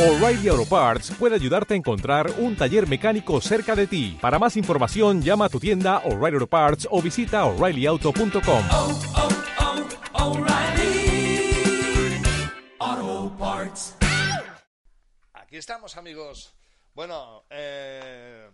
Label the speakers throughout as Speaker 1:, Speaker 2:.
Speaker 1: O'Reilly Auto Parts puede ayudarte a encontrar un taller mecánico cerca de ti. Para más información, llama a tu tienda O'Reilly Auto Parts o visita oreillyauto.com.
Speaker 2: Oh, O'Reilly Auto Parts.
Speaker 3: Aquí estamos, amigos. Bueno, eh,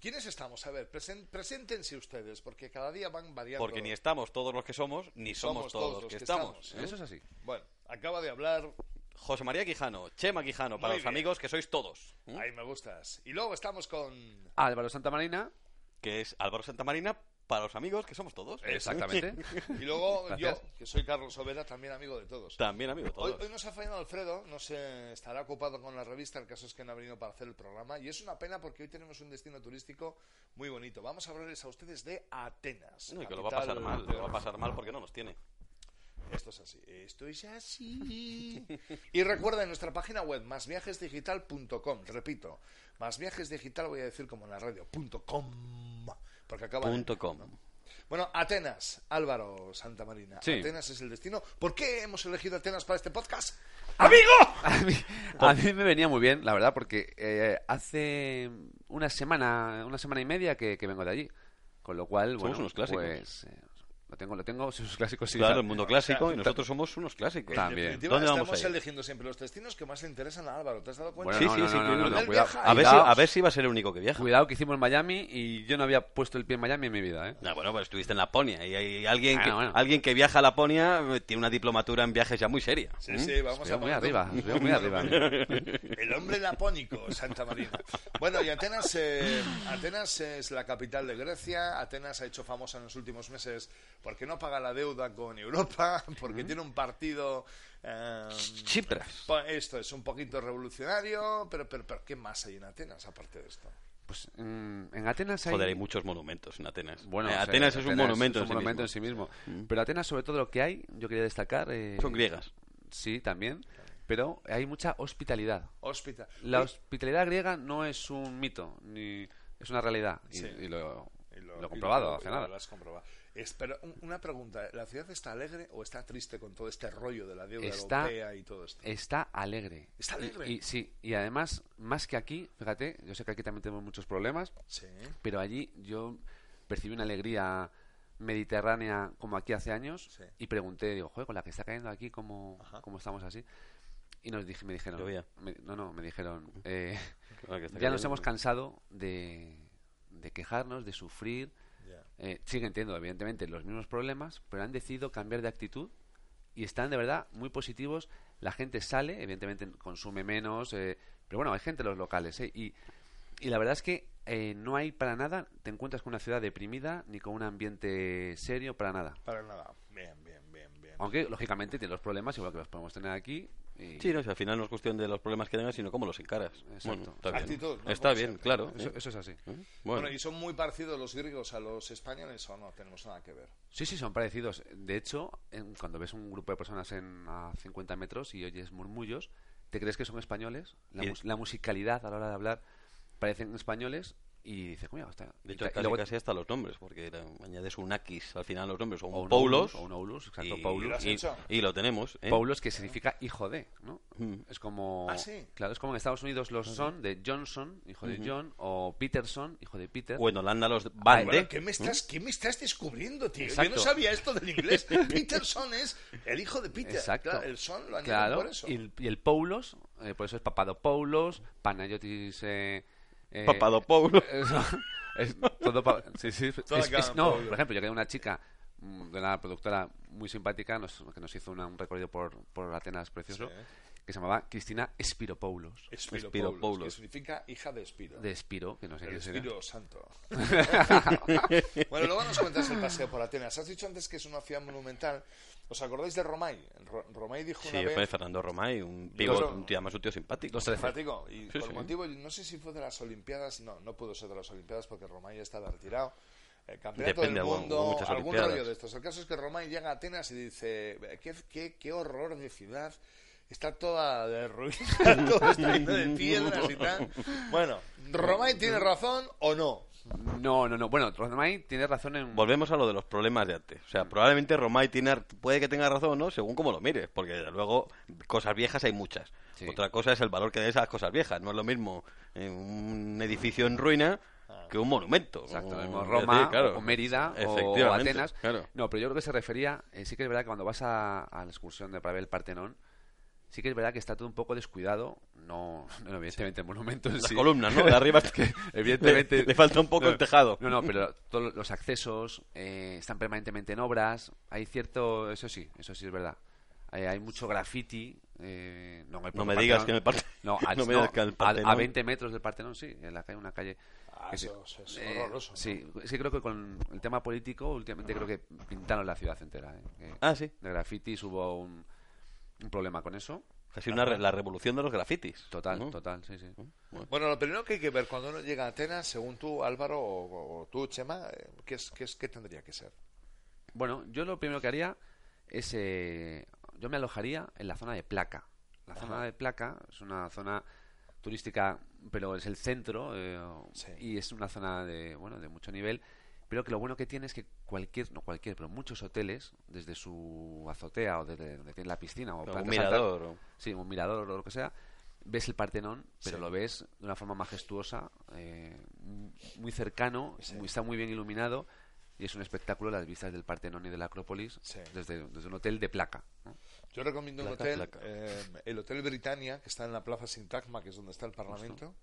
Speaker 3: ¿quiénes estamos? A ver, presen- preséntense ustedes, porque cada día van variando.
Speaker 4: Porque ni estamos todos los que somos, ni somos, todos, los que, estamos.
Speaker 3: ¿eh?
Speaker 4: Eso es así.
Speaker 3: Bueno, acaba de hablar.
Speaker 4: José María Quijano, Chema Quijano, para
Speaker 3: Muy
Speaker 4: los
Speaker 3: bien.
Speaker 4: amigos que sois todos. ¿eh?
Speaker 3: Ahí me gustas. Y luego estamos con.
Speaker 5: Álvaro Santa Marina.
Speaker 4: Que es Álvaro Santamarina, para los amigos que somos todos. ¿eh?
Speaker 5: Exactamente.
Speaker 3: Y luego yo,
Speaker 5: Gracias.
Speaker 3: que soy Carlos Overa, también amigo de todos.
Speaker 4: También amigos
Speaker 3: Hoy,
Speaker 4: todos.
Speaker 3: hoy nos ha fallado Alfredo, no sé, estará ocupado con la revista, el caso es que no ha venido para hacer el programa y es una pena porque hoy tenemos un destino turístico muy bonito. Vamos a hablarles a ustedes de Atenas.
Speaker 4: No, y que lo va a pasar
Speaker 3: capital
Speaker 4: mal,
Speaker 3: de
Speaker 4: lo va a pasar mal porque no nos tiene.
Speaker 3: Esto es así. Esto es así. Y recuerda en nuestra página web másviajesdigital.com. Repito, másviajesdigital voy a decir como en la radio. punto .com. Porque acaba en-
Speaker 4: Punto com.
Speaker 3: Bueno, Atenas, Álvaro Santa Marina.
Speaker 5: Sí.
Speaker 3: Atenas es el destino. ¿Por qué hemos elegido Atenas para este podcast?
Speaker 5: A mí, a mí me venía muy bien, la verdad, porque eh, hace una semana, una semana y media que, que vengo de allí. Con lo cual,
Speaker 4: Somos
Speaker 5: bueno,
Speaker 4: unos clásicos.
Speaker 5: pues eh, lo tengo, lo tengo, sus clásicos sí.
Speaker 4: Claro,
Speaker 5: tal.
Speaker 4: el mundo clásico y nosotros somos unos clásicos.
Speaker 5: También.
Speaker 3: En definitiva,
Speaker 4: ¿Dónde
Speaker 3: estamos
Speaker 4: vamos a ir?
Speaker 3: eligiendo siempre los destinos que más le interesan a Álvaro. ¿Te has dado cuenta?
Speaker 5: Bueno,
Speaker 4: Sí,
Speaker 5: no,
Speaker 4: sí,
Speaker 5: no,
Speaker 4: sí,
Speaker 5: no, no,
Speaker 4: primero.
Speaker 5: no,
Speaker 3: Él
Speaker 5: cuidado.
Speaker 3: viaja y
Speaker 4: A ver, si,
Speaker 5: Cuidado.
Speaker 4: a ver si va a ser el único que viaja.
Speaker 5: Cuidado que hicimos Miami y yo no había puesto el pie en Miami en mi vida, ¿eh?
Speaker 4: Ah, bueno, pues estuviste en Laponia y hay alguien,
Speaker 5: Ah,
Speaker 4: que,
Speaker 5: no, bueno.
Speaker 4: alguien que viaja a Laponia eh, tiene una diplomatura en viajes ya muy seria.
Speaker 3: Sí,
Speaker 4: ¿eh?
Speaker 3: sí, vamos
Speaker 5: Os veo
Speaker 3: a
Speaker 5: muy
Speaker 3: poner-
Speaker 5: arriba, os veo muy arriba.
Speaker 3: El hombre lapónico, Santa Marina. Bueno, y Atenas, eh, Atenas es la capital de Grecia. Atenas ha hecho famosa en los últimos meses porque no paga la deuda con Europa, porque tiene un partido. eh,
Speaker 4: Chipras.
Speaker 3: pa- esto es un poquito revolucionario, pero, pero, pero ¿qué más hay en Atenas aparte de esto?
Speaker 5: Pues mm, en Atenas hay...
Speaker 4: Joder, hay muchos monumentos en Atenas.
Speaker 5: Bueno,
Speaker 4: Eh,
Speaker 5: o sea,
Speaker 4: Atenas es un
Speaker 5: Atenas
Speaker 4: monumento,
Speaker 5: es un
Speaker 4: en sí
Speaker 5: monumento en
Speaker 4: mismo. Mm.
Speaker 5: sí mismo. Pero Atenas, sobre todo lo que hay, yo quería destacar... eh,
Speaker 4: Son griegas.
Speaker 5: Sí, también. Pero hay mucha hospitalidad.
Speaker 3: Hospital.
Speaker 5: La hospitalidad griega no es un mito, ni es una realidad. Y,
Speaker 3: Sí.
Speaker 5: y lo,
Speaker 3: Y
Speaker 5: lo he comprobado
Speaker 3: y lo-
Speaker 5: hace
Speaker 3: y
Speaker 5: nada.
Speaker 3: lo has comprobado. Es- pero un- una pregunta, ¿la ciudad está alegre o está triste con todo este rollo de la deuda
Speaker 5: Está-
Speaker 3: europea y todo esto?
Speaker 5: Está alegre.
Speaker 3: ¿Está
Speaker 5: Y-
Speaker 3: alegre?
Speaker 5: Y, sí, y además, más que aquí, fíjate, yo sé que aquí también tenemos muchos problemas,
Speaker 3: Sí.
Speaker 5: pero allí yo percibí una alegría mediterránea como aquí hace años
Speaker 3: Sí.
Speaker 5: y pregunté, digo, joder, con la que está cayendo aquí, ¿cómo,
Speaker 3: Ajá.
Speaker 5: cómo estamos así? Y nos dije, me dijeron,
Speaker 4: Llovía.
Speaker 5: me- no, no, me dijeron, eh,
Speaker 4: Claro que está
Speaker 5: ya nos
Speaker 4: cayendo.
Speaker 5: hemos cansado de, de quejarnos, de sufrir.
Speaker 3: ya.
Speaker 5: Eh, siguen teniendo, evidentemente, los mismos problemas, pero han decidido cambiar de actitud y están de verdad muy positivos. La gente sale, evidentemente consume menos, eh, pero bueno, hay gente en los locales. ¿eh? Y, y la verdad es que eh, no hay para nada, te encuentras con una ciudad deprimida ni con un ambiente serio para nada.
Speaker 3: Para nada. Bien, bien, bien, bien.
Speaker 5: Aunque, lógicamente, tiene los problemas igual que los podemos tener aquí. y-
Speaker 4: Sí, no, si al final no es cuestión de los problemas que tengas, sino cómo los encaras.
Speaker 5: Exacto.
Speaker 4: Bueno, está bien,
Speaker 3: Actitud, ¿no?
Speaker 4: Está
Speaker 3: Como
Speaker 4: bien,
Speaker 3: siempre.
Speaker 4: claro.
Speaker 5: Eso,
Speaker 4: ¿eh?
Speaker 5: eso es así.
Speaker 4: ¿Eh?
Speaker 3: Bueno.
Speaker 4: Bueno,
Speaker 3: ¿y son muy parecidos los griegos a los españoles o no? Tenemos nada que ver.
Speaker 5: Sí, sí, son parecidos. De hecho, en- cuando ves un grupo de personas en, a 50 metros y oyes murmullos, te crees que son españoles. La,
Speaker 4: Y-
Speaker 5: mus- la musicalidad a la hora de hablar parecen españoles y dices, mira, está.
Speaker 4: de
Speaker 5: y
Speaker 4: hecho,
Speaker 5: ca- y
Speaker 4: casi,
Speaker 5: luego-
Speaker 4: casi hasta los nombres, porque era- añades un Akis al final a los nombres, o
Speaker 5: o
Speaker 4: un
Speaker 5: un
Speaker 4: Paulos.
Speaker 5: Oulus, O un Oulus, exacto,
Speaker 4: y,
Speaker 3: ¿Lo has
Speaker 5: Paulus.
Speaker 4: y-
Speaker 3: hecho?
Speaker 4: y lo tenemos. ¿eh?
Speaker 5: Paulus que significa hijo de, ¿no?
Speaker 4: Mm.
Speaker 5: Es como.
Speaker 3: Ah, sí.
Speaker 5: Claro, es como en Estados Unidos los son de Johnson, hijo de John, o Peterson, hijo de Peter.
Speaker 4: O en Holanda los
Speaker 5: Ah,
Speaker 4: Van
Speaker 3: Bueno,
Speaker 4: de.
Speaker 3: ¿qué, me estás, ¿Qué me estás descubriendo, tío? Yo no
Speaker 5: Exacto.
Speaker 3: sabía esto del inglés. Peterson es el hijo de Peter.
Speaker 5: Exacto.
Speaker 3: Claro, el son lo han
Speaker 5: Claro,
Speaker 3: llamado por eso.
Speaker 5: Y el, y el Paulos, eh, por eso es Papadopoulos, Panayotis. Eh, eh,
Speaker 4: Papadopoulos.
Speaker 5: Eso, es todo pa- sí, sí,
Speaker 3: Todo
Speaker 5: es-
Speaker 3: acaba
Speaker 5: es-
Speaker 3: en
Speaker 5: no,
Speaker 3: Pablo.
Speaker 5: por ejemplo, yo quedé una chica mm, de una productora muy simpática nos- que nos hizo una- un recorrido por, por Atenas precioso
Speaker 3: Sí.
Speaker 5: que se llamaba Cristina Espiropoulos
Speaker 3: Espiropoulos,
Speaker 4: Espiropoulos.
Speaker 3: que significa hija de Espiro.
Speaker 5: de Espiro, que no sé
Speaker 3: El
Speaker 5: qué será.
Speaker 3: Espiro Santo. bueno, luego nos cuentas el paseo por Atenas. Has dicho antes que es una ciudad monumental. ¿Os acordáis de Romay? Ro- Romay dijo
Speaker 4: Sí,
Speaker 3: una
Speaker 4: fue
Speaker 3: vez...
Speaker 4: Fernando Romay, un pivot,
Speaker 3: Los-
Speaker 4: un tío, además un tío simpático.
Speaker 3: Fático, y por
Speaker 4: sí.
Speaker 3: motivo, no sé si fue de las Olimpiadas, no, no pudo ser de las Olimpiadas porque Romay estaba retirado. Eh, campeonato
Speaker 4: Depende,
Speaker 3: del
Speaker 4: hubo-
Speaker 3: mundo,
Speaker 4: hubo muchas
Speaker 3: algún
Speaker 4: Olimpiadas.
Speaker 3: rollo de estos. El caso es que Romay llega a Atenas y dice, qué, qué, qué horror de ciudad, está toda derruida, todo está lleno de piedras y tal. Bueno, Romay tiene razón o no.
Speaker 5: No, no, no. Bueno, Romay tiene razón en...
Speaker 4: Volvemos a lo de los problemas de antes. O sea,
Speaker 5: Mm.
Speaker 4: probablemente Romay tiene, puede que tenga razón, ¿no? Según como lo mires, porque desde luego cosas viejas hay muchas.
Speaker 5: Sí.
Speaker 4: Otra cosa es el valor que des a las cosas viejas. No es lo mismo eh, un edificio en ruina que un monumento.
Speaker 5: Ah. Exacto,
Speaker 4: Un-
Speaker 5: como
Speaker 4: es
Speaker 5: Roma
Speaker 4: decir, claro,
Speaker 5: o Mérida o- o
Speaker 4: efectivamente,
Speaker 5: Atenas.
Speaker 4: claro.
Speaker 5: No, pero yo creo que se refería, eh, sí que es verdad que cuando vas a, a la excursión de para ver el Partenón, sí que es verdad que está todo un poco descuidado, no, no, evidentemente el monumento en
Speaker 4: Las
Speaker 5: sí.
Speaker 4: columnas, ¿no? De arriba es que
Speaker 5: Evidentemente.
Speaker 4: le, le falta un poco el tejado.
Speaker 5: No, no, pero todos los accesos eh, están permanentemente en obras, hay cierto, eso sí, eso sí es verdad. Hay, hay mucho graffiti. eh, no, en
Speaker 4: No
Speaker 5: el propio
Speaker 4: me digas
Speaker 5: Partenón.
Speaker 4: que en el Parte-
Speaker 5: No, a,
Speaker 4: no me
Speaker 5: no,
Speaker 4: digas que en el
Speaker 5: a- a
Speaker 4: Partenón.
Speaker 5: 20 metros del Partenón, sí, en la calle, una calle
Speaker 3: Ah,
Speaker 5: que sí.
Speaker 3: eso, eso es
Speaker 5: Eh,
Speaker 3: horroroso.
Speaker 5: Sí, sí creo que con el tema político últimamente creo que pintaron la ciudad entera. ¿eh? Que
Speaker 4: Ah, sí.
Speaker 5: De grafitis hubo un, un problema con eso.
Speaker 4: Casi una re- la revolución de los grafitis.
Speaker 5: Total,
Speaker 4: ¿no?
Speaker 5: total, sí, sí.
Speaker 3: Bueno, lo primero que hay que ver cuando uno llega a Atenas, según tú, Álvaro, o, o tú, Chema, eh, ¿qué, es, qué, es, ¿qué tendría que ser?
Speaker 5: Bueno, yo lo primero que haría es... eh, yo me alojaría en la zona de Placa. La zona de Placa es una zona turística, pero es el centro eh,
Speaker 3: Sí.
Speaker 5: y es una zona de, bueno, de mucho nivel. Pero que lo bueno que tiene es que cualquier, no cualquier, pero muchos hoteles, desde su azotea o desde donde tiene la piscina o
Speaker 4: O
Speaker 5: plantas
Speaker 4: un
Speaker 5: altas,
Speaker 4: mirador. o-
Speaker 5: sí, un mirador o lo que sea, ves el Partenón, pero
Speaker 3: Sí.
Speaker 5: lo ves de una forma majestuosa, eh, m- muy cercano, muy- está muy bien iluminado y es un espectáculo las vistas del Partenón y de la Acrópolis
Speaker 3: Sí.
Speaker 5: desde, desde un hotel de placa. ¿no?
Speaker 3: Yo recomiendo un
Speaker 4: Placa,
Speaker 3: hotel,
Speaker 4: placa.
Speaker 3: eh, el Hotel Britannia, que está en la Plaza Sintagma, que es donde está el Parlamento.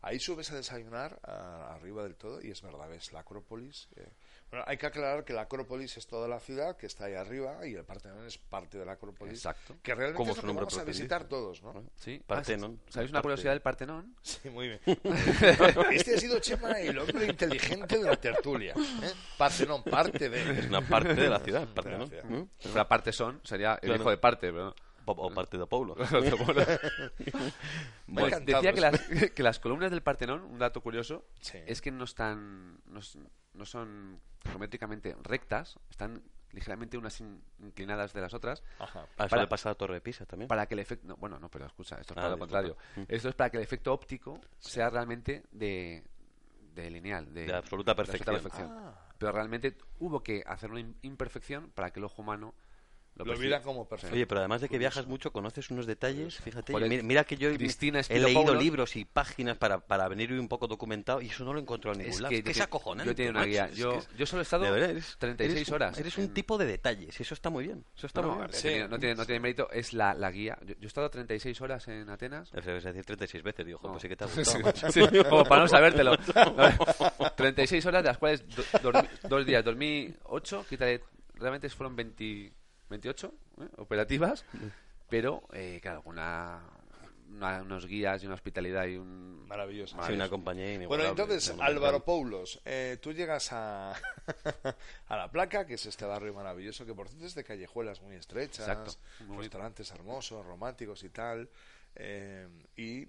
Speaker 3: Ahí subes a desayunar a- arriba del todo y es verdad, ves la Acrópolis. eh. Bueno, hay que aclarar que la Acrópolis es toda la ciudad que está ahí arriba y el Partenón es parte de la Acrópolis.
Speaker 5: Exacto.
Speaker 3: Que realmente
Speaker 4: Como
Speaker 3: es lo
Speaker 4: su
Speaker 3: que
Speaker 4: nombre
Speaker 3: vamos a
Speaker 4: propio
Speaker 3: visitar todos, ¿no?
Speaker 5: ¿Sí?
Speaker 4: Partenón.
Speaker 5: Ah, ¿Sabéis una
Speaker 4: Parte-
Speaker 5: curiosidad del Partenón?
Speaker 3: Sí, muy bien. Este ha sido Chema, el hombre inteligente de la tertulia. ¿eh? Partenón, parte
Speaker 4: Es
Speaker 3: de...
Speaker 4: una parte de la ciudad, parte,
Speaker 3: De la
Speaker 4: ¿no?
Speaker 3: ciudad.
Speaker 4: ¿Mm?
Speaker 5: Si fuera parte son, sería el
Speaker 4: Claro.
Speaker 5: hijo de parte, pero no.
Speaker 4: O, o parte de Paulo.
Speaker 5: Bueno,
Speaker 3: Me ha encantado
Speaker 5: decía que las, que las columnas del Partenón, un dato curioso,
Speaker 3: Sí.
Speaker 5: es que no están, no, s- no son geométricamente rectas, están ligeramente unas in- inclinadas de las otras,
Speaker 3: Ajá.
Speaker 4: Ah, eso
Speaker 5: Para-
Speaker 4: le pasa a la Torre de Pisa también.
Speaker 5: para que el efecto, no, bueno, no, pero escucha, esto es
Speaker 4: Ah,
Speaker 5: para lo
Speaker 4: disculpa.
Speaker 5: contrario, esto es para que el efecto óptico sea realmente de, de lineal, de,
Speaker 4: De absoluta perfección. Ah.
Speaker 5: Pero realmente hubo que hacer una im- imperfección para que el ojo humano lo,
Speaker 3: Lo
Speaker 5: perciba.
Speaker 3: mira como perfecto.
Speaker 4: Oye, pero además de que viajas mucho, conoces unos detalles, fíjate.
Speaker 5: Joder,
Speaker 4: mira, mira que yo he-
Speaker 5: Cristina
Speaker 4: he
Speaker 5: Spiro
Speaker 4: leído
Speaker 5: Paulo.
Speaker 4: libros y páginas para, para venir un poco documentado y eso no lo encuentro en ningún lado. Es que
Speaker 5: yo
Speaker 4: es
Speaker 5: te-
Speaker 4: acojonante.
Speaker 5: Yo tenía una
Speaker 4: macho,
Speaker 5: guía.
Speaker 4: es
Speaker 5: Yo,
Speaker 4: que es-
Speaker 5: yo solo he estado
Speaker 4: de verdad, eres-
Speaker 5: 36
Speaker 4: eres un-
Speaker 5: horas.
Speaker 4: Eres un
Speaker 5: en-
Speaker 4: tipo de detalles, eso está muy bien. Eso está
Speaker 5: No,
Speaker 4: muy
Speaker 5: no,
Speaker 4: bien.
Speaker 5: sí, no tiene, no tiene mérito, es la, la guía. Yo, yo he estado 36 horas en Atenas.
Speaker 4: Es decir 36 veces, digo, joder,
Speaker 5: No.
Speaker 4: pues sí que te ha gustado. macho.
Speaker 5: Sí, como para no sabértelo. 36 horas, de las cuales do- dormí- dos días dormí 8, quítale, realmente fueron 20 28 ¿eh? operativas, pero eh, claro, con una, una- unos guías y una hospitalidad y un...
Speaker 3: Maravilloso.
Speaker 4: Sí, una compañía
Speaker 3: Bueno,
Speaker 4: inigualable.
Speaker 3: entonces,
Speaker 4: Inigualable.
Speaker 3: Álvaro Poulos, eh, tú llegas a, a La Placa, que es este barrio maravilloso, que por cierto es de callejuelas muy estrechas,
Speaker 5: Exacto, muy bonito.
Speaker 3: restaurantes hermosos, románticos y tal. eh, y eh,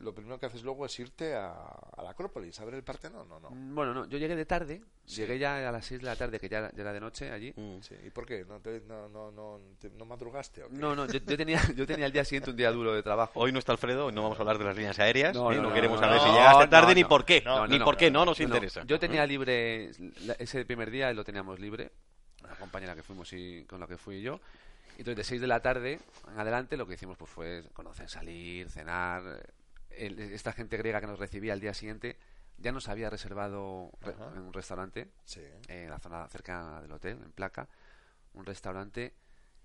Speaker 3: lo primero que haces luego es irte a, a la Acrópolis, a ver el Partenón, ¿no? no.
Speaker 5: Bueno, no, yo llegué de tarde, llegué ya a las 6 de la tarde, que ya, era- ya era de noche allí.
Speaker 4: Mm.
Speaker 3: Sí, ¿Y por qué? ¿No, te- no, no, no, te- no madrugaste? ¿o qué?
Speaker 5: No, no, yo, yo tenía, yo tenía el día siguiente un día duro de trabajo.
Speaker 4: Hoy no está Alfredo, hoy no vamos a hablar de las líneas aéreas, ¿eh?
Speaker 5: No,
Speaker 4: no,
Speaker 5: no, no,
Speaker 4: queremos
Speaker 5: no,
Speaker 4: saber
Speaker 5: no,
Speaker 4: si llegaste
Speaker 5: no,
Speaker 4: tarde ni
Speaker 5: no.
Speaker 4: por qué,
Speaker 5: No, no,
Speaker 4: ni
Speaker 5: no.
Speaker 4: por qué no nos
Speaker 5: No, no,
Speaker 4: interesa.
Speaker 5: Yo tenía libre la- ese primer día, lo teníamos libre, la compañera que fuimos y con la que fui yo. Y Entonces, de 6 de la tarde en adelante, lo que hicimos pues fue conocer, salir, cenar. El- esta gente griega que nos recibía al día siguiente ya nos había reservado re-
Speaker 3: Ajá.
Speaker 5: en un restaurante
Speaker 3: Sí.
Speaker 5: en la zona cercana del hotel, en Placa, un restaurante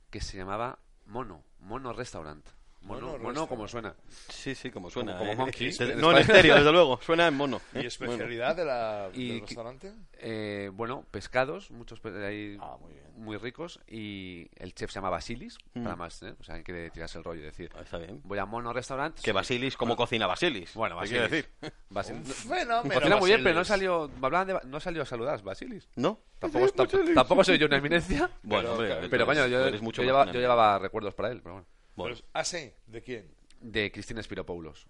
Speaker 5: que se llamaba Mono, Mono Restaurant. Mono,
Speaker 3: Mono
Speaker 5: mono, como suena.
Speaker 4: Mm. Sí, sí, como suena.
Speaker 5: Como-
Speaker 4: ¿eh?
Speaker 5: como monkey.
Speaker 4: Desde- no en estéreo, desde luego, suena en mono.
Speaker 3: ¿Y especialidad de la,
Speaker 5: Y
Speaker 3: del
Speaker 5: que-
Speaker 3: restaurante?
Speaker 5: Eh, bueno, pescados, muchos pe- ahí
Speaker 3: Ah, muy bien.
Speaker 5: muy ricos. Y el chef se llama Basilis,
Speaker 4: Mm.
Speaker 5: para más, ¿eh? o sea, hay que tirarse el rollo y decir,
Speaker 4: Ah, Está bien.
Speaker 5: voy a Mono Restaurant.
Speaker 4: Que Basilis, ¿cómo cocina Basilis?
Speaker 5: Bueno,
Speaker 4: ¿Qué
Speaker 5: Basilis.
Speaker 4: quiere decir?
Speaker 5: Basilis-
Speaker 3: Un fenómeno.
Speaker 5: Cocina muy bien, pero no
Speaker 3: Basiles.
Speaker 5: salió, me hablaban de ba- no salió a saludar, Basilis.
Speaker 4: ¿No?
Speaker 5: Tampoco, tam- tampoco soy yo una eminencia.
Speaker 4: Bueno,
Speaker 3: Pero,
Speaker 4: hombre,
Speaker 3: claro,
Speaker 4: tú
Speaker 5: Pero
Speaker 4: eres-
Speaker 5: coño,
Speaker 4: tú
Speaker 5: yo,
Speaker 4: eres mucho
Speaker 5: yo
Speaker 4: más
Speaker 5: llevaba, yo
Speaker 4: dinámico.
Speaker 5: llevaba recuerdos para él, pero bueno.
Speaker 4: Bueno,
Speaker 3: Ah, sí. ¿De quién?
Speaker 5: De Cristina Spiropoulos.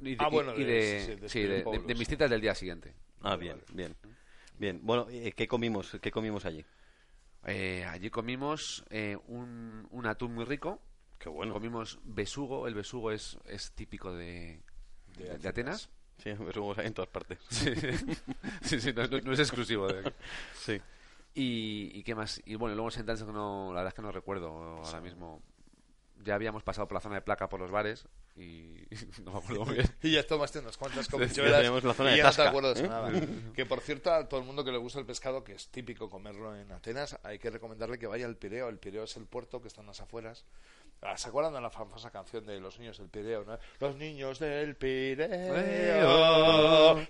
Speaker 5: Y de,
Speaker 3: Ah, bueno,
Speaker 5: y- y
Speaker 3: de-
Speaker 5: de-
Speaker 3: sí, de
Speaker 5: sí, de- de-
Speaker 3: Spiropoulos.
Speaker 5: de mis citas del día siguiente.
Speaker 4: Ah, bien, bien. Bien, bueno, eh, ¿qué comimos? ¿Qué comimos allí?
Speaker 5: Eh, allí comimos eh, un, un atún muy rico.
Speaker 4: Qué bueno.
Speaker 5: Comimos besugo. El besugo es, es típico de, de- de Atenas.
Speaker 4: Sí, me subo ahí en todas partes.
Speaker 5: Sí, sí, sí, no, no- no es exclusivo de aquí.
Speaker 4: Sí.
Speaker 5: Y, y qué más. Y bueno, luego sentarse que no, la verdad es que no recuerdo ahora mismo. Ya habíamos pasado por la zona de placa por los bares y no me acuerdo muy bien.
Speaker 3: Y ya tomaste unas cuantas comicholas
Speaker 4: tenemos la zona
Speaker 3: y
Speaker 4: de
Speaker 3: ya no te
Speaker 4: Tasca.
Speaker 3: acuerdas de
Speaker 4: ¿Eh?
Speaker 3: nada. Que por cierto, a todo el mundo que le gusta el pescado, que es típico comerlo en Atenas, hay que recomendarle que vaya al Pireo. El Pireo es el puerto que está en las afueras. Ah, ¿Se acuerdan de la famosa canción de los niños del Pireo? no? Los niños del Pireo.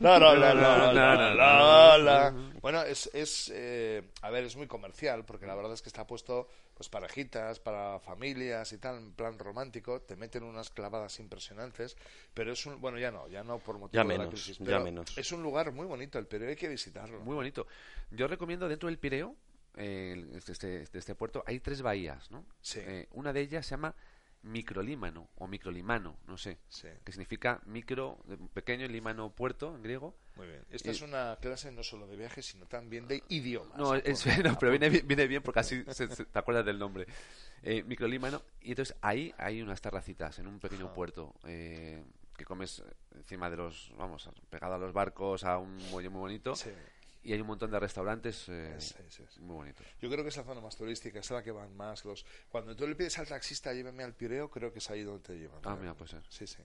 Speaker 3: La, la, la, la, la, la, la. Bueno, es, es eh, a ver, es muy comercial porque la verdad es que está puesto pues para parejitas, para familias y tal, en plan romántico. Te meten unas clavadas impresionantes, pero es un bueno ya no, ya no por motivo
Speaker 4: Ya
Speaker 3: de la
Speaker 4: menos,
Speaker 3: crisis,
Speaker 4: ya
Speaker 3: pero
Speaker 4: menos.
Speaker 3: Es un lugar muy bonito el Pireo, hay que visitarlo.
Speaker 5: Muy bonito. Yo recomiendo dentro del Pireo, eh, el- este, este, de este puerto, hay tres bahías, ¿no?
Speaker 3: Sí.
Speaker 5: Eh, una de ellas se llama Microlímano o Microlimano, no sé.
Speaker 3: Sí.
Speaker 5: Que significa micro, eh, pequeño, y limano, puerto en griego.
Speaker 3: Muy bien. Esta
Speaker 5: Y-
Speaker 3: es una clase no solo de viajes, sino también de idiomas.
Speaker 5: No,
Speaker 3: Apunta,
Speaker 5: es- no, pero viene,
Speaker 3: apunta.
Speaker 5: bien- viene bien porque así se- se- te acuerdas del nombre. Eh, microlímano. Y entonces ahí hay unas terracitas en un pequeño puerto eh, que comes encima de los, vamos, pegado a los barcos, a un muelle muy bonito.
Speaker 3: Sí.
Speaker 5: Y hay un montón de restaurantes eh,
Speaker 3: Sí, sí, sí.
Speaker 5: muy bonitos.
Speaker 3: Yo creo que es la zona más turística, es a la que van más los. Cuando tú le pides al taxista, llévame al Pireo, creo que es ahí donde te llevan.
Speaker 5: Ah,
Speaker 3: realmente.
Speaker 5: mira, puede ser.
Speaker 3: Sí, sí.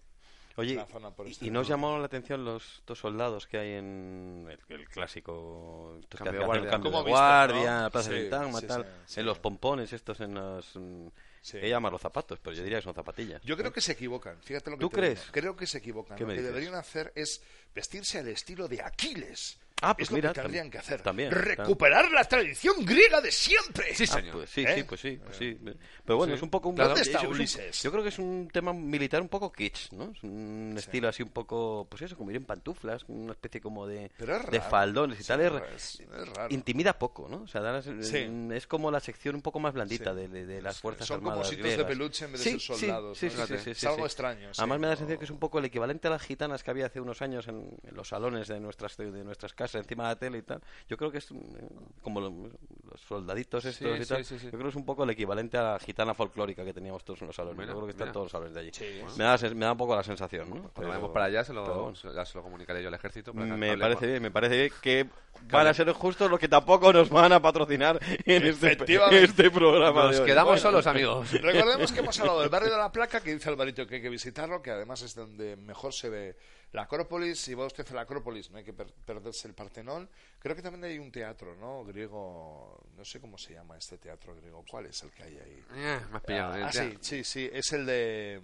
Speaker 4: Oye,
Speaker 3: Una zona por
Speaker 4: ¿y-
Speaker 3: este
Speaker 4: ¿y no os
Speaker 3: lado.
Speaker 4: llamaron la atención los dos soldados que hay en el, el clásico estos que
Speaker 5: Cambio de
Speaker 4: hacen
Speaker 5: guardia.
Speaker 4: el cambio de
Speaker 3: Como
Speaker 4: guardia,
Speaker 3: visten, ¿no?
Speaker 4: la plaza
Speaker 3: Sí,
Speaker 4: del Tangma,
Speaker 3: sí,
Speaker 4: tal,
Speaker 3: sí, sí.
Speaker 4: en los pompones estos, en los... mm,
Speaker 3: Sí.
Speaker 4: que llaman los zapatos, pero yo diría que son zapatillas.
Speaker 3: Yo creo que se equivocan. Fíjate lo que
Speaker 4: ¿Tú
Speaker 3: te
Speaker 4: crees?
Speaker 3: digo. Creo que se equivocan.
Speaker 4: ¿Qué
Speaker 3: Lo
Speaker 4: me
Speaker 3: que
Speaker 4: dices?
Speaker 3: deberían hacer es vestirse al estilo de Aquiles.
Speaker 4: Ah, pues
Speaker 3: es lo
Speaker 4: mira,
Speaker 3: que tendrían
Speaker 4: tam-
Speaker 3: que hacer.
Speaker 4: también,
Speaker 3: Recuperar la tradición griega de siempre.
Speaker 5: Sí,
Speaker 4: Ah,
Speaker 5: señor.
Speaker 4: pues sí,
Speaker 3: ¿Eh?
Speaker 4: sí, pues sí, pues sí. Pero bueno,
Speaker 5: Sí.
Speaker 4: es un poco un...
Speaker 3: ¿Dónde
Speaker 4: es-
Speaker 3: está
Speaker 4: es un-
Speaker 3: Ulises?
Speaker 4: Yo creo que es un tema militar un poco kitsch, ¿no? Es un estilo así un poco, pues eso, como ir en pantuflas, una especie como de,
Speaker 3: Pero es
Speaker 4: de
Speaker 3: raro.
Speaker 4: faldones y
Speaker 3: Sí,
Speaker 4: tal. Es,
Speaker 3: raro, es- es raro.
Speaker 4: Intimida poco, ¿no? O sea, da la-
Speaker 3: Sí.
Speaker 4: es como la sección un poco más blandita
Speaker 3: Sí.
Speaker 4: de, de- de las fuerzas
Speaker 3: Son como
Speaker 4: armadas
Speaker 3: ositos
Speaker 4: griegas.
Speaker 3: de peluche en vez de
Speaker 4: Sí,
Speaker 3: ser
Speaker 4: sí,
Speaker 3: soldados,
Speaker 4: Sí,
Speaker 3: ¿no?
Speaker 4: sí,
Speaker 3: Fíjate,
Speaker 4: sí, sí,
Speaker 3: es
Speaker 4: sí,
Speaker 3: algo
Speaker 4: sí.
Speaker 3: extraño, sí,
Speaker 4: Además me da la
Speaker 3: pero-
Speaker 4: sensación que es un poco el equivalente a las gitanas que había hace unos años en, en los salones de nuestras de nuestras casas encima de la tele y tal. Yo creo que es un- eh, como lo- los, soldaditos estos
Speaker 5: Sí,
Speaker 4: y tal.
Speaker 5: sí, sí, sí.
Speaker 4: Yo creo que es un poco el equivalente a la gitana folclórica que teníamos todos en los salones.
Speaker 5: Mira,
Speaker 4: Yo creo que están
Speaker 5: mira.
Speaker 4: todos los salones de allí. Me, da, la sen- me da un poco la sensación, ¿no?
Speaker 5: Cuando
Speaker 4: Pero-
Speaker 5: vayamos para allá, se
Speaker 4: pero
Speaker 5: lo,
Speaker 4: bueno.
Speaker 5: se- ya se lo comunicaré yo al ejército. para que
Speaker 4: Me
Speaker 5: hable
Speaker 4: parece
Speaker 5: con-
Speaker 4: bien, me parece bien que van a ser justos los que tampoco nos van a patrocinar en este,
Speaker 3: Efectivamente.
Speaker 4: este programa. de
Speaker 5: Nos
Speaker 4: hoy.
Speaker 5: quedamos
Speaker 4: Bueno,
Speaker 5: solos, amigos.
Speaker 3: Recordemos que hemos hablado del barrio de la Placa, que dice Alvarito que hay que visitarlo, que además es donde mejor se ve la Acrópolis. Si va usted a la Acrópolis, no hay que per- perderse el Partenón. Creo que también hay un teatro, ¿no? Griego, no sé cómo se llama este teatro griego. ¿Cuál es el que hay ahí?
Speaker 5: Eh, me has pillado. eh,
Speaker 3: Ah,
Speaker 5: ya.
Speaker 3: sí, sí, sí, es el de...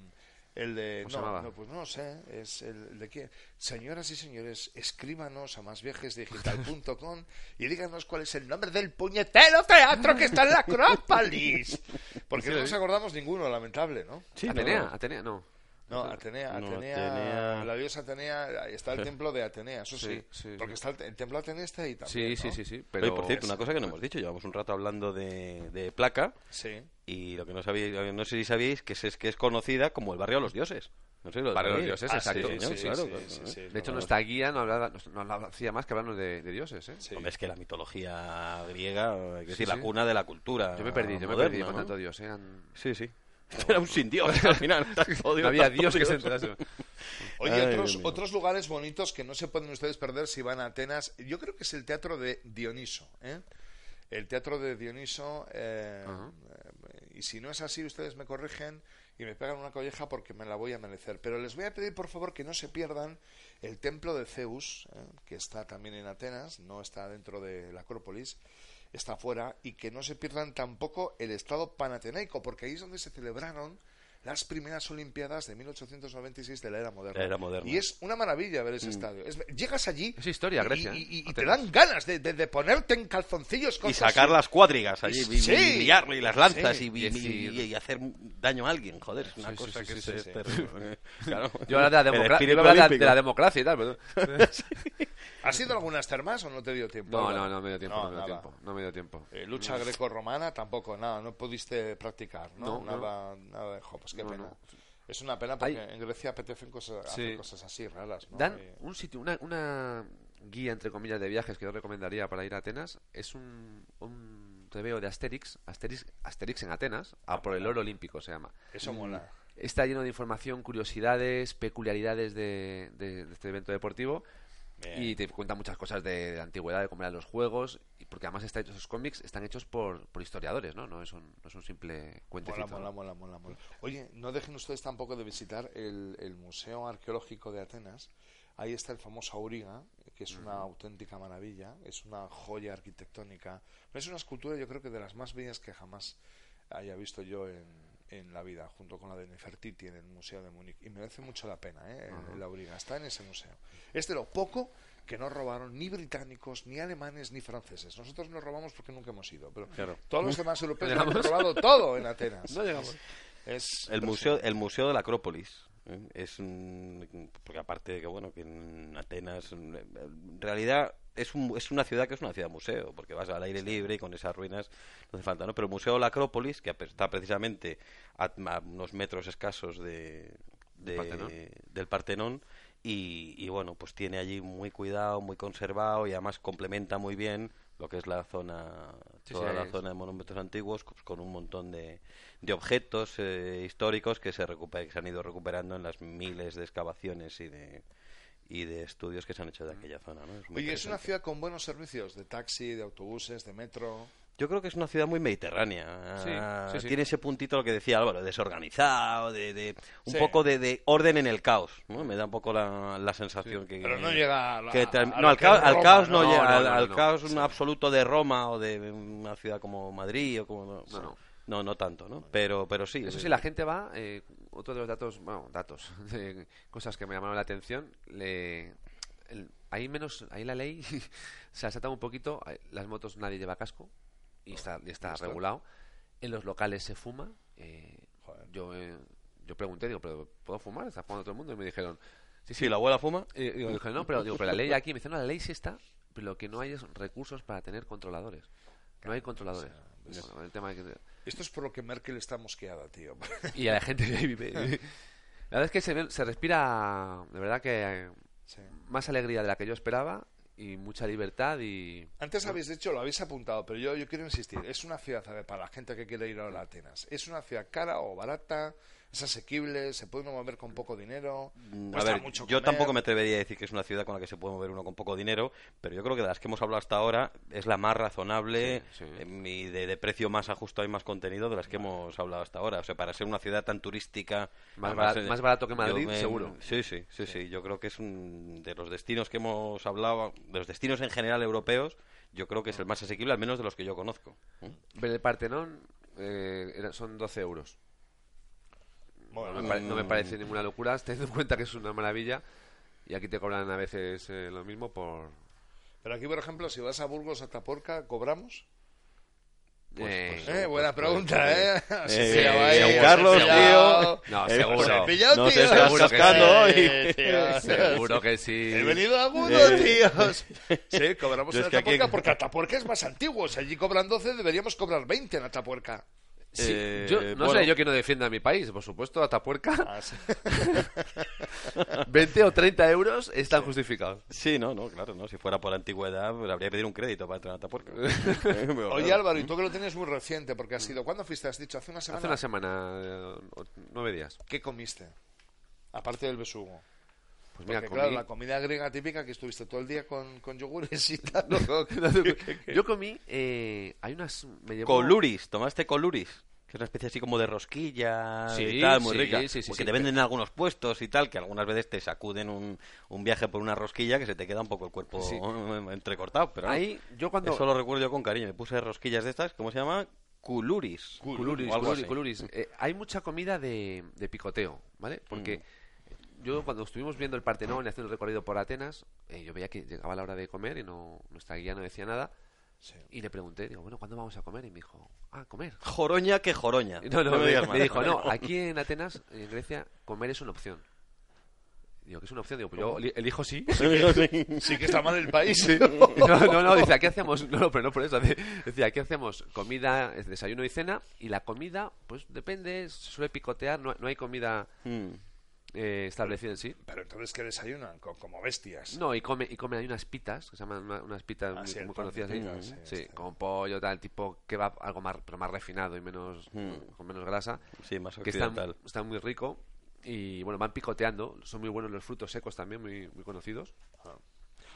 Speaker 3: El de...
Speaker 5: ¿Cómo se
Speaker 3: No,
Speaker 5: llamaba?
Speaker 3: no, pues no sé, es el, el de quién. Señoras y señores, escríbanos a másviajesdigital.com y díganos cuál es el nombre del puñetero teatro que está en la Acrópolis. Porque no nos acordamos ninguno, lamentable, ¿no?
Speaker 4: sí, ¿no?
Speaker 5: Atenea, Atenea, no.
Speaker 3: No, Atenea,
Speaker 4: No,
Speaker 3: Atenea,
Speaker 4: Atenea.
Speaker 3: la diosa Atenea, está el templo de Atenea, eso sí,
Speaker 5: Sí, sí,
Speaker 3: porque
Speaker 5: sí.
Speaker 3: está el, el templo de Atenea está ahí
Speaker 5: Sí,
Speaker 3: también,
Speaker 5: sí,
Speaker 3: ¿no?
Speaker 5: sí, sí.
Speaker 4: Oye,
Speaker 5: Pero...
Speaker 4: por cierto, una cosa que no hemos dicho, llevamos un rato hablando de, de placa
Speaker 3: Sí.
Speaker 4: y lo que no sabéis, no sé si sabéis que es, es que es conocida como el barrio de los dioses. No sé si lo
Speaker 5: Barrio de los
Speaker 4: sabéis. Ah,
Speaker 5: dioses, exacto.
Speaker 4: sí, señor,
Speaker 5: Ah, Sí,
Speaker 4: claro,
Speaker 3: sí,
Speaker 4: claro,
Speaker 3: sí,
Speaker 4: ¿eh?
Speaker 3: sí, sí.
Speaker 5: De hecho, nuestra guía no, hablaba, no, no hacía más que hablarnos de, de dioses, ¿eh?
Speaker 3: Sí.
Speaker 4: Hombre, es que la mitología griega, es decir, la
Speaker 5: sí.
Speaker 4: cuna de la cultura.
Speaker 5: Yo me perdí, yo me
Speaker 4: moderna,
Speaker 5: perdí con
Speaker 4: ¿no?
Speaker 5: tanto dios, ¿eh? Han-
Speaker 4: Sí, sí. Era un sin dios al final. tanto
Speaker 5: No había
Speaker 4: tanto
Speaker 5: dios que se enterase.
Speaker 3: Oye,
Speaker 4: Ay, Dios
Speaker 3: otros,
Speaker 4: mío.
Speaker 3: otros lugares bonitos que no se pueden ustedes perder si van a Atenas. Yo creo que es el teatro de Dioniso. ¿eh? El teatro de Dioniso. eh, eh, y si no es así, ustedes me corrigen y me pegan una colleja porque me la voy a merecer. Pero les voy a pedir, por favor, que no se pierdan el templo de Zeus, ¿eh? que está también en Atenas, no está dentro de la Acrópolis está fuera y que no se pierdan tampoco el estado panatenaico, porque ahí es donde se celebraron las primeras Olimpiadas de 1896 de la era moderna.
Speaker 4: La era moderna.
Speaker 3: Y es una maravilla ver ese estadio. Es- llegas allí.
Speaker 5: Es historia,
Speaker 3: y-
Speaker 5: Grecia,
Speaker 3: Y, y- y te
Speaker 5: Atenas.
Speaker 3: dan ganas de, de- de ponerte en calzoncillos
Speaker 4: Y
Speaker 3: cortos
Speaker 4: sacar las cuadrigas allí, y,
Speaker 3: Sí.
Speaker 4: y liarlo, y las lanzas,
Speaker 3: Sí.
Speaker 4: y, y-
Speaker 5: Sí.
Speaker 4: y- y hacer daño a alguien, joder, es una
Speaker 5: Sí, sí,
Speaker 4: cosa que
Speaker 5: sí, sí,
Speaker 4: es,
Speaker 5: sí,
Speaker 4: es
Speaker 3: sí.
Speaker 4: terrible. Claro.
Speaker 5: Yo hablaba de la,
Speaker 4: El
Speaker 5: democra-
Speaker 4: espíritu
Speaker 5: yo hablaba de la- de
Speaker 4: olímpico.
Speaker 5: la democracia y tal, pero...
Speaker 3: ¿Has ido a algunas termas o no te dio tiempo?
Speaker 5: No,
Speaker 3: Álvaro?
Speaker 5: no, no me dio tiempo, no, me dio
Speaker 3: nada.
Speaker 5: tiempo, no me dio tiempo.
Speaker 3: Eh, lucha grecorromana tampoco, nada, no pudiste practicar, ¿no?
Speaker 5: No, no.
Speaker 3: nada, nada de jo, pues qué
Speaker 5: No,
Speaker 3: pena.
Speaker 5: no.
Speaker 3: Es una pena porque
Speaker 5: Hay-
Speaker 3: en Grecia apetecen cosas,
Speaker 5: Sí.
Speaker 3: hacen cosas así raras, ¿no?
Speaker 5: Dan
Speaker 4: eh.
Speaker 3: Y-
Speaker 5: un sitio, una, una guía, entre comillas, de viajes que yo recomendaría para ir a Atenas. Es un, un veo de Asterix, Asterix, Asterix en Atenas, a por el oro olímpico se llama.
Speaker 3: Eso mola.
Speaker 5: Está lleno de información, curiosidades, peculiaridades de, de- de este evento deportivo.
Speaker 3: Bien.
Speaker 5: Y te cuenta muchas cosas de, de la antigüedad, de cómo eran los juegos. y Porque además está hecho- esos cómics están hechos por, por historiadores, ¿no? No es un, no es un simple cuentecito.
Speaker 3: Mola, mola, mola, mola, mola. Oye, no dejen ustedes tampoco de visitar el, el Museo Arqueológico de Atenas. Ahí está el famoso auriga, que es una auténtica maravilla, es una joya arquitectónica. Es una escultura, yo creo que de las más bellas que jamás haya visto yo en, en la vida, junto con la de Nefertiti en el Museo de Múnich. Y merece mucho la pena, ¿eh? El- el auriga. Está en ese museo. Es de lo poco que no robaron ni británicos, ni alemanes, ni franceses. Nosotros no robamos porque nunca hemos ido, pero
Speaker 4: Claro.
Speaker 3: todos los demás europeos lo han robado todo en Atenas.
Speaker 5: No llegamos.
Speaker 3: Es
Speaker 4: El museo, el museo de la Acrópolis. ¿eh? Es un, porque aparte de que bueno que en Atenas en en realidad es, un- es una ciudad que es una ciudad museo porque vas al aire libre y con esas ruinas no hace falta no pero el museo de la Acrópolis que ap- está precisamente a, a unos metros escasos de, de-
Speaker 5: Del Partenón.
Speaker 4: del Partenón y, y, bueno pues tiene allí muy cuidado muy conservado y además complementa muy bien lo que es la zona
Speaker 5: Sí,
Speaker 4: toda
Speaker 5: sí,
Speaker 4: la
Speaker 5: es-
Speaker 4: zona de monumentos antiguos pues, con un montón de, de objetos eh, históricos que se, recuper- que se han ido recuperando en las miles de excavaciones y de y de estudios que se han hecho de aquella zona. ¿no? Es muy
Speaker 3: Mm. Oye, es una
Speaker 4: interesante.
Speaker 3: ciudad con buenos servicios de taxi, de autobuses, de metro.
Speaker 4: Yo creo que es una ciudad muy mediterránea.
Speaker 5: Sí,
Speaker 4: Ah,
Speaker 5: sí, sí.
Speaker 4: Tiene ese puntito lo que decía Álvaro, desorganizado, de, de- un
Speaker 3: Sí.
Speaker 4: poco de, de orden en el caos. ¿no? Me da un poco la, la sensación que...
Speaker 3: Pero no llega a la-
Speaker 4: que term-
Speaker 3: a lo
Speaker 4: no, al,
Speaker 3: que es
Speaker 4: caos, al
Speaker 3: Roma,
Speaker 4: caos no,
Speaker 5: ¿no?
Speaker 4: llega,
Speaker 5: No, no,
Speaker 4: al,
Speaker 5: no,
Speaker 4: al
Speaker 5: no.
Speaker 4: caos un absoluto de Roma o de una ciudad como Madrid o como...
Speaker 5: No, no.
Speaker 4: no, no tanto, ¿no? Pero, pero sí.
Speaker 5: Eso sí, la gente va. eh, otro de los datos, bueno, datos, de cosas que me llamaron la atención. Le, el- ahí menos, ahí la ley se ha saltado un poquito. eh, Las motos nadie lleva casco y está, y está
Speaker 3: listo.
Speaker 5: regulado. En los locales se fuma. eh,
Speaker 3: Joder.
Speaker 5: yo, eh, yo pregunté, digo, ¿pero puedo fumar? Está fumando todo el mundo. Y me dijeron, sí, sí,
Speaker 4: Sí, la abuela fuma.
Speaker 5: y digo, dije, no, pero, digo, pero la ley aquí, me dice, no, la ley sí está, pero lo que no hay es recursos para tener controladores. No hay controladores. Bueno, el tema que-
Speaker 3: Esto es por lo que Merkel está mosqueada, tío.
Speaker 5: Y a la gente de ahí vive. La verdad es que se, ve- se respira, de verdad que eh,
Speaker 3: Sí.
Speaker 5: más alegría de la que yo esperaba y mucha libertad y...
Speaker 3: Antes habéis dicho, lo habéis apuntado, pero yo, yo quiero insistir. Es una ciudad, a ver, para la gente que quiere ir a Atenas, es una ciudad cara o barata, es asequible, se puede uno mover con poco dinero.
Speaker 4: Mm, A
Speaker 3: cuesta
Speaker 4: ver,
Speaker 3: mucho
Speaker 4: yo
Speaker 3: comer.
Speaker 4: tampoco me atrevería a decir que es una ciudad con la que se puede mover uno con poco dinero, pero yo creo que de las que hemos hablado hasta ahora es la más razonable
Speaker 5: Sí, sí.
Speaker 4: em, y de, de precio más ajustado y más contenido de las que hemos hablado hasta ahora. O sea, para ser una ciudad tan turística...
Speaker 5: Más
Speaker 4: además,
Speaker 5: bara-
Speaker 4: eh,
Speaker 5: más barato que
Speaker 4: yo
Speaker 5: Madrid, seguro.
Speaker 4: Sí, sí, sí, sí. Yo creo que es un de los destinos que hemos hablado, de los destinos en general europeos, yo creo que es el más asequible, al menos de los que yo conozco. ¿eh?
Speaker 5: Ver el Partenón eh, era- son 12 euros. No
Speaker 3: Bueno,
Speaker 5: me,
Speaker 4: Mm.
Speaker 5: pare- no me parece ninguna locura, teniendo en cuenta que es una maravilla y aquí te cobran a veces eh, lo mismo por...
Speaker 3: pero aquí, por ejemplo, si vas a Burgos, a Taporca, ¿cobramos?
Speaker 5: Eh,
Speaker 3: Eh, buena pregunta, ¿eh? Se
Speaker 4: Eh,
Speaker 3: pillaba ahí,
Speaker 4: don
Speaker 3: se
Speaker 4: Carlos,
Speaker 3: pillaba.
Speaker 4: tío.
Speaker 5: No,
Speaker 4: Eh,
Speaker 5: seguro.
Speaker 4: se
Speaker 3: pilló,
Speaker 4: no
Speaker 3: tío.
Speaker 4: te estás
Speaker 5: Seguro que
Speaker 4: cascando hoy.
Speaker 3: sí, tío.
Speaker 5: Seguro que sí.
Speaker 3: He venido a agudo, tíos. Sí, cobramos
Speaker 4: Yo
Speaker 3: en
Speaker 4: es que aquí-
Speaker 3: Atapuerca porque Atapuerca es más antiguo. Si allí cobran 12, deberíamos cobrar 20 en Atapuerca.
Speaker 5: Sí,
Speaker 4: Eh,
Speaker 5: yo, no
Speaker 4: bueno.
Speaker 5: sé, yo que no defienda a mi país, por supuesto, hasta puerca.
Speaker 3: Ah, sí.
Speaker 5: 20 o 30 euros están justificados.
Speaker 4: Sí, no, no, claro, no. Si fuera por antigüedad, pues, habría que pedir un crédito para entrar a Atapuerca.
Speaker 3: Oye, Álvaro, y tú que lo tienes muy reciente, porque has sido. ¿Cuándo fuiste? Has dicho, hace una semana.
Speaker 5: Hace una semana, eh, o- nueve días.
Speaker 3: ¿Qué comiste? Aparte del besugo. Porque,
Speaker 5: Pues mira, comí-
Speaker 3: claro, la comida griega típica que estuviste todo el día con, con yogures y tal.
Speaker 5: Yo comí, eh, hay unas... Me llevó-
Speaker 4: Coluris, tomaste coluris. Que es una especie así como de rosquilla
Speaker 5: Sí,
Speaker 4: y tal, muy
Speaker 5: sí,
Speaker 4: rica.
Speaker 5: sí, sí,
Speaker 4: porque
Speaker 5: sí,
Speaker 4: te venden en algunos puestos y tal, que algunas veces te sacuden un, un viaje por una rosquilla que se te queda un poco el cuerpo
Speaker 5: Sí.
Speaker 4: entrecortado. Pero no.
Speaker 5: Ahí, yo cuando...
Speaker 4: Eso lo recuerdo yo con cariño. Me puse rosquillas de estas, ¿cómo se llama? Culuris.
Speaker 5: Culuris,
Speaker 4: O algo
Speaker 5: culuris,
Speaker 4: así.
Speaker 5: culuris. Eh, hay mucha comida de, de picoteo, ¿vale? Porque
Speaker 4: Mm.
Speaker 5: yo cuando estuvimos viendo el Partenón y haciendo el recorrido por Atenas, eh, yo veía que llegaba la hora de comer y no nuestra guía no decía nada. Y le pregunté, digo, bueno, ¿cuándo vamos a comer? Y me dijo, ah, comer.
Speaker 4: Joroña que joroña.
Speaker 5: No, no,
Speaker 4: me
Speaker 5: me,
Speaker 4: digas más.
Speaker 5: me dijo, no, aquí en Atenas, en Grecia, comer es una opción. Digo, ¿qué es una opción? Digo, pues yo li- elijo sí.
Speaker 3: Sí que está mal el país. ¿eh?
Speaker 5: No, no, no, dice, aquí hacemos, no, no, pero no por eso, de- decía, aquí hacemos comida, es desayuno y cena, y la comida, pues depende, se suele picotear, no, no hay comida,
Speaker 4: Mm.
Speaker 5: eh, establecido en sí.
Speaker 3: Pero entonces que desayunan Co- como bestias.
Speaker 5: No, y come, y come hay unas pitas, que se llaman una- unas pitas
Speaker 3: Ah,
Speaker 5: muy,
Speaker 3: sí, el
Speaker 5: muy
Speaker 3: pan de
Speaker 5: conocidas. ahí.
Speaker 3: pitas, sí,
Speaker 5: sí,
Speaker 3: está.
Speaker 5: con pollo, tal, tipo que va algo más, pero más refinado y menos con menos grasa.
Speaker 4: Sí, más
Speaker 5: que está,
Speaker 4: occidental.
Speaker 5: está muy rico. Y bueno, van picoteando. Son muy buenos los frutos secos también, muy, muy conocidos.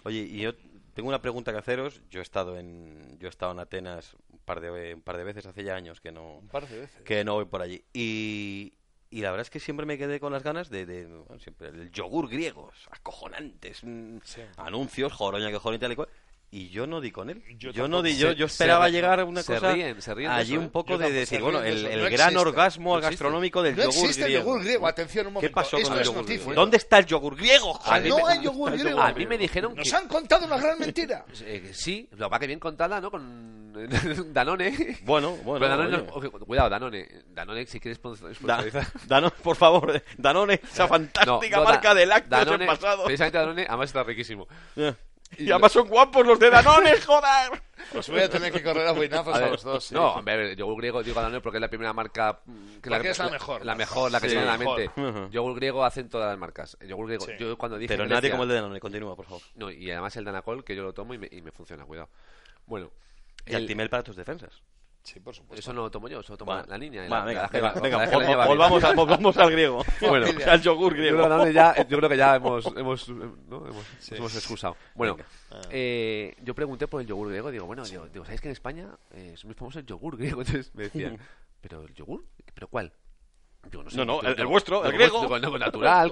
Speaker 4: Oye, y yo tengo una pregunta que haceros. Yo he estado en, yo he estado en Atenas un par de, un par de veces hace ya años que no,
Speaker 3: Un par de veces.
Speaker 4: que no voy por allí. Y, y la verdad es que siempre me quedé con las ganas de, de- bueno, siempre, el yogur griego, es acojonante, es un-
Speaker 3: Sí.
Speaker 4: anuncios, joroña que joroña y tal y cual. Y yo no di con él.
Speaker 3: Yo
Speaker 4: Yo, no di, yo,
Speaker 5: Se-
Speaker 4: yo
Speaker 5: se
Speaker 4: esperaba
Speaker 5: ri-
Speaker 4: llegar a una
Speaker 5: se
Speaker 4: cosa
Speaker 5: ríen, se ríen de
Speaker 4: allí
Speaker 5: eso, ¿eh?
Speaker 4: un poco
Speaker 3: Yo
Speaker 4: de
Speaker 3: tampoco, se
Speaker 4: decir, bueno,
Speaker 3: ríen de
Speaker 4: el,
Speaker 3: eso,
Speaker 4: el
Speaker 3: no
Speaker 4: gran
Speaker 3: existe.
Speaker 4: orgasmo
Speaker 5: No existe.
Speaker 4: gastronómico del
Speaker 3: No
Speaker 4: yogur
Speaker 3: existe el
Speaker 4: griego.
Speaker 3: yogur griego. Atención un
Speaker 4: ¿Qué
Speaker 3: momento.
Speaker 4: pasó
Speaker 3: Esto
Speaker 4: con el
Speaker 3: es
Speaker 4: yogur griego?
Speaker 3: noticia.
Speaker 4: ¿Dónde está el yogur griego?
Speaker 3: Ah,
Speaker 4: joder?
Speaker 3: no
Speaker 4: ¿Dónde
Speaker 3: hay
Speaker 4: está
Speaker 3: yogur
Speaker 4: el
Speaker 3: griego.
Speaker 5: A mí me dijeron
Speaker 3: Nos
Speaker 5: que-
Speaker 3: han contado una gran mentira.
Speaker 5: Eh, que sí, lo va que bien contada, ¿no? Con Danone.
Speaker 4: Bueno, bueno,
Speaker 5: Pero Danone pues,
Speaker 4: oye.
Speaker 5: no- ojo, cuidado, Danone. Danone, si quieres sponsor-
Speaker 4: Da-
Speaker 5: sponsorizar.
Speaker 4: Danone, por favor, Danone, esa
Speaker 5: No,
Speaker 4: fantástica
Speaker 5: no, Da-
Speaker 4: marca de lácteos
Speaker 5: Danone-
Speaker 4: en pasado.
Speaker 5: Precisamente Danone, además está riquísimo.
Speaker 4: Y además son guapos los de Danone, joder.
Speaker 3: Os voy a tener que correr a buenazos a,
Speaker 5: ver,
Speaker 3: los dos. ¿eh?
Speaker 5: No, hombre, a ver, yogur griego digo Danone porque es la primera marca mm, que
Speaker 3: Porque es la mejor.
Speaker 5: La mejor, la que
Speaker 3: Sí,
Speaker 5: se me viene a la
Speaker 3: mejor.
Speaker 5: mente. Yogur griego hacen todas las marcas. El Yogur griego.
Speaker 3: Sí.
Speaker 5: Yo cuando dije
Speaker 4: Pero
Speaker 5: Grecia-
Speaker 4: nadie como el de Danone, continúa, por favor.
Speaker 5: No, y además el Danacol que yo lo tomo y me, y me funciona, cuidado. Bueno,
Speaker 4: Y
Speaker 5: el-
Speaker 4: Actimel para tus defensas.
Speaker 3: Sí, por supuesto.
Speaker 5: eso no lo tomo yo, eso lo toma
Speaker 4: Pues Va.
Speaker 5: la niña. y
Speaker 4: Va,
Speaker 5: la-
Speaker 4: venga,
Speaker 5: la
Speaker 4: venga,
Speaker 5: jeva-
Speaker 4: venga,
Speaker 5: la jeva
Speaker 4: vol-
Speaker 5: lleva
Speaker 4: volvamos,
Speaker 5: bien.
Speaker 4: a- volvamos al griego. Bueno,
Speaker 3: Familia.
Speaker 4: al yogur
Speaker 5: Yo
Speaker 4: griego.
Speaker 5: creo, que Danone ya, yo creo que ya hemos, hemos, eh, ¿no? hemos, hemos excusado. Bueno, eh, yo pregunté por el yogur griego. Digo, bueno, digo, digo, ¿sabéis que en España eh, es muy famoso el yogur griego? Entonces me decían, ¿pero el yogur? ¿Pero cuál? Yo no sé.
Speaker 4: No, no,
Speaker 5: Digo,
Speaker 4: el- el vuestro, el
Speaker 5: digo,
Speaker 4: griego.
Speaker 5: digo, no, natural,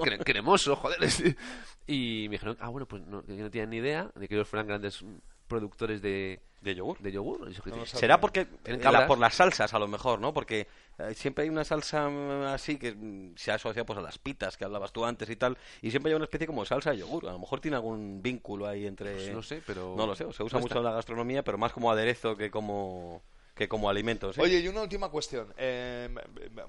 Speaker 5: cre- cremoso, joder. Y me dijeron, ah, bueno, pues no, que no tienen ni idea de que ellos fueran grandes mm, productores de,
Speaker 4: De yogur.
Speaker 5: de yogur. Y yo que
Speaker 3: No lo
Speaker 5: dije,
Speaker 3: sabía.
Speaker 4: Será porque
Speaker 5: Tienen
Speaker 4: eh,
Speaker 5: cabras.
Speaker 4: la- por las salsas a lo mejor, ¿no? Porque eh, siempre hay una salsa mm, así que mm, se asocia pues a las pitas que hablabas tú antes y tal, y siempre hay una especie como de salsa de yogur. A lo mejor tiene algún vínculo ahí entre
Speaker 5: Pues no sé, pero-
Speaker 4: No lo sé, se usa
Speaker 5: No
Speaker 4: mucho
Speaker 5: está.
Speaker 4: en la gastronomía, pero más como aderezo que como que como alimento, ¿sí?
Speaker 3: Oye, y una última cuestión. Eh,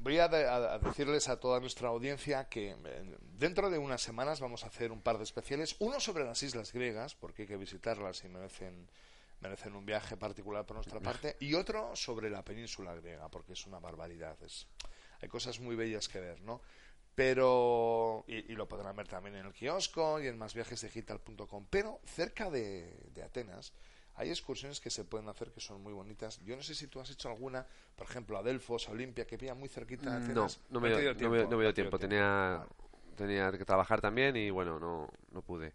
Speaker 3: voy a, de- a- a decirles a toda nuestra audiencia que eh, dentro de unas semanas vamos a hacer un par de especiales. Uno sobre las islas griegas, porque hay que visitarlas y merecen, merecen un viaje particular por nuestra parte. Y otro sobre la península griega, porque es una barbaridad. Es, hay cosas muy bellas que ver, ¿no? Pero, y, y lo podrán ver también en el kiosco y en másviajesdigital.com. Pero cerca de, de Atenas hay excursiones que se pueden hacer que son muy bonitas. Yo no sé si tú has hecho alguna, por ejemplo, a Delfos, a Olimpia, que pilla muy cerquita
Speaker 4: Mm,
Speaker 3: de
Speaker 5: No,
Speaker 3: Atenas.
Speaker 5: no me,
Speaker 3: Ah, te
Speaker 5: dio,
Speaker 3: dio
Speaker 5: no me- no me dio
Speaker 3: te dio
Speaker 5: tiempo. Tenía, tenía que trabajar también y bueno, no, no pude.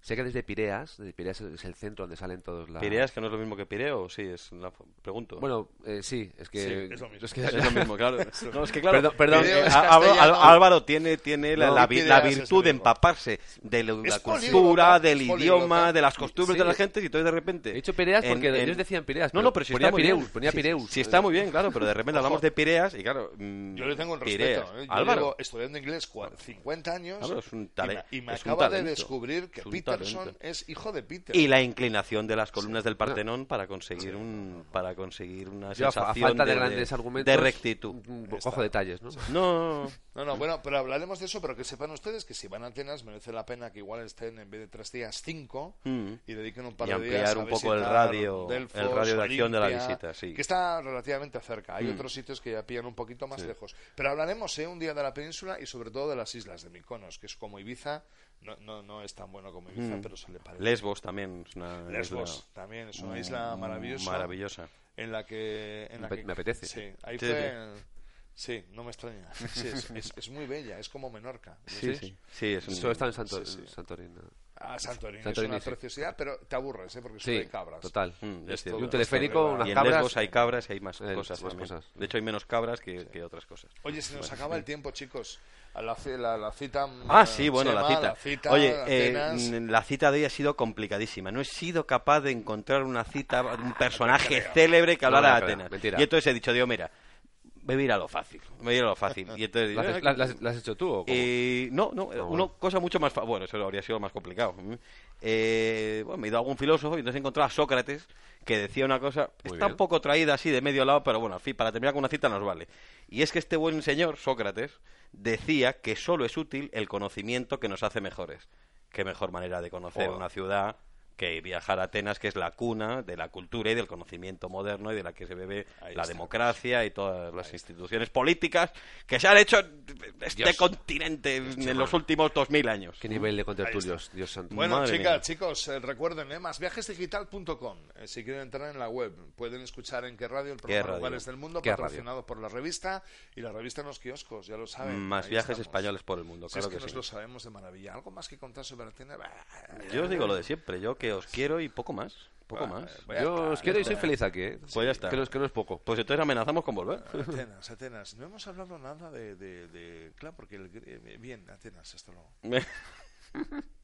Speaker 5: Sé que desde Pireas, desde Pireas es el centro donde salen todos la...
Speaker 4: ¿Pireas que no es lo mismo que pireo? Sí, es la pregunto.
Speaker 5: Bueno, eh, sí, es que...
Speaker 3: Sí, es lo mismo.
Speaker 5: que-
Speaker 4: es lo mismo, claro. No, es que claro.
Speaker 5: Perdón, perdón.
Speaker 4: eh,
Speaker 3: Es
Speaker 4: a- a-
Speaker 3: castellano.
Speaker 4: a- Álvaro tiene, tiene la,
Speaker 3: No,
Speaker 4: la vi- la
Speaker 3: Pireas es
Speaker 4: virtud de
Speaker 3: griego.
Speaker 4: empaparse de la, la
Speaker 3: Es políglota,
Speaker 4: cultura, del
Speaker 3: es políglota.
Speaker 4: idioma, de las costumbres
Speaker 5: Sí.
Speaker 4: de la gente y entonces de repente.
Speaker 5: He dicho Pireas porque ellos decían Pireas,
Speaker 4: No,
Speaker 5: pero
Speaker 4: no, pero si
Speaker 5: ponía
Speaker 4: está muy
Speaker 5: Pireus,
Speaker 4: bien.
Speaker 5: ponía
Speaker 4: Sí,
Speaker 5: Pireus.
Speaker 4: sí, está muy bien, claro, pero de repente hablamos de Pireas y claro. mm,
Speaker 3: Yo le tengo un
Speaker 4: Pireas.
Speaker 3: respeto. ¿eh? Yo
Speaker 4: Álvaro.
Speaker 3: llevo estudiando inglés cua- 50 años
Speaker 4: Álvaro es un
Speaker 3: y me-
Speaker 4: tale-
Speaker 3: y me
Speaker 4: es un
Speaker 3: acaba de
Speaker 4: talento.
Speaker 3: descubrir que
Speaker 4: Es un
Speaker 3: Peterson
Speaker 4: talento.
Speaker 3: es hijo de Peter.
Speaker 4: Y la inclinación de las columnas del Partenón para conseguir un para conseguir una
Speaker 5: Yo, a fa- a
Speaker 4: sensación
Speaker 5: falta de,
Speaker 4: de,
Speaker 5: grandes
Speaker 4: de-
Speaker 5: argumentos...
Speaker 4: de rectitud.
Speaker 5: mm, Cojo detalles, ¿no?
Speaker 4: No, no,
Speaker 3: No, no, bueno, pero hablaremos de eso, pero que sepan ustedes que si van a Atenas merece la pena que igual estén en vez de tres días cinco
Speaker 4: Mm.
Speaker 3: y dediquen un par
Speaker 4: Y
Speaker 3: de días
Speaker 4: ampliar
Speaker 3: a
Speaker 4: un poco el
Speaker 3: visitar
Speaker 4: radio-
Speaker 3: Delfos,
Speaker 4: el radio de acción de la
Speaker 3: Olimpia,
Speaker 4: visita, sí. Mm.
Speaker 3: Que está relativamente cerca. Hay otros sitios que ya pillan un poquito más lejos. Pero hablaremos ¿eh? un día de la península y sobre todo de las islas de Mykonos, que es como Ibiza. No, no, no es tan bueno como
Speaker 4: Mm.
Speaker 3: Ibiza, pero se le
Speaker 4: no.
Speaker 3: parece.
Speaker 4: Lesbos también es una isla
Speaker 3: Lesbos también es una isla maravillosa.
Speaker 4: maravillosa.
Speaker 3: En la que. En la
Speaker 5: Me-
Speaker 3: que-
Speaker 5: me apetece.
Speaker 3: Sí, ahí
Speaker 4: Sí,
Speaker 3: fue.
Speaker 4: sí.
Speaker 3: el- Sí, no me extraña. Sí, es, es- es muy bella, es como Menorca.
Speaker 4: Sí, sí. Sí, es un-
Speaker 5: Solo está en Santor-
Speaker 3: Sí, sí.
Speaker 5: Santorini. ¿no?
Speaker 3: Ah, Santorini,
Speaker 5: Santorini,
Speaker 3: es
Speaker 5: sí.
Speaker 3: una preciosidad, pero te aburres, ¿eh? Porque solo
Speaker 5: Sí,
Speaker 3: hay cabras.
Speaker 5: total.
Speaker 4: Mm,
Speaker 3: Es
Speaker 4: es
Speaker 3: todo-
Speaker 4: cierto.
Speaker 5: Y un teleférico,
Speaker 3: todo-
Speaker 5: unas
Speaker 4: Y en
Speaker 5: cabras-
Speaker 4: Lesbos hay cabras y hay más
Speaker 5: Eh,
Speaker 4: cosas
Speaker 5: más
Speaker 4: también.
Speaker 5: cosas.
Speaker 4: De hecho, hay menos cabras que, que otras cosas.
Speaker 3: Oye, se nos acaba el tiempo, chicos. A La, ci- la, la cita.
Speaker 4: Ah,
Speaker 3: eh,
Speaker 4: sí, bueno, la
Speaker 3: Chema,
Speaker 4: cita.
Speaker 3: la cita,
Speaker 4: Oye, eh,
Speaker 3: Atenas.
Speaker 4: mm, la cita de hoy ha sido complicadísima. No he sido capaz de encontrar una cita, un personaje célebre que
Speaker 5: No
Speaker 4: hablara
Speaker 5: me
Speaker 4: de
Speaker 5: creo,
Speaker 4: Atenas.
Speaker 5: mentira.
Speaker 4: Y entonces he dicho, digo, mira, me voy a ir a lo fácil, me voy a ir a lo fácil. Y entonces digo,
Speaker 5: ¿Las
Speaker 4: "Ah,
Speaker 5: has- ¿Las las- las has hecho tú o cómo?
Speaker 4: Eh, no, no, eh, una cosa mucho más. fa- Bueno, eso habría sido más complicado. Mm. Eh, bueno, me he ido a algún filósofo y entonces he encontrado a Sócrates que decía una cosa.
Speaker 5: Muy
Speaker 4: está
Speaker 5: bien.
Speaker 4: un poco traída así de medio lado, pero bueno, en fin, para terminar con una cita nos vale. Y es que este buen señor, Sócrates, decía que solo es útil el conocimiento que nos hace mejores. Qué mejor manera de conocer
Speaker 5: Joder.
Speaker 4: una ciudad que viajar a Atenas, que es la cuna de la cultura y del conocimiento moderno y de la que se bebe
Speaker 3: Ahí
Speaker 4: la
Speaker 3: está.
Speaker 4: democracia y todas las instituciones políticas que se han hecho en este
Speaker 5: Dios.
Speaker 4: continente en los últimos 2000 años.
Speaker 5: Qué nivel de contertulios, Dios santo.
Speaker 3: Bueno,
Speaker 4: Madre
Speaker 3: chicas,
Speaker 4: mía.
Speaker 3: chicos, eh, recuerden, eh, más viajesdigital.com. eh, si quieren entrar en la web, pueden escuchar en qué radio el programa
Speaker 4: radio?
Speaker 3: Lugares del Mundo,
Speaker 5: ¿Qué radio?
Speaker 3: patrocinado por la revista y la revista en los kioscos, ya lo saben.
Speaker 4: Más
Speaker 3: ahí
Speaker 4: viajes
Speaker 3: estamos.
Speaker 4: españoles por el mundo,
Speaker 3: Si
Speaker 4: claro
Speaker 3: es que,
Speaker 4: que
Speaker 3: nos
Speaker 4: sí.
Speaker 3: lo sabemos de maravilla. ¿Algo más que contar sobre Atenas? Bah,
Speaker 4: Yo os digo lo de siempre, yo que os quiero y poco más, poco
Speaker 3: Bueno,
Speaker 4: más.
Speaker 3: bueno.
Speaker 5: Yo os quiero y soy feliz aquí, ¿eh?
Speaker 4: Pues ya está.
Speaker 5: Que no, es- que no es poco.
Speaker 4: Pues entonces amenazamos con volver.
Speaker 3: Atenas, Atenas. No hemos eh, hablado nada de... de- de- Claro, porque... el grie- Bien, Atenas, hasta luego.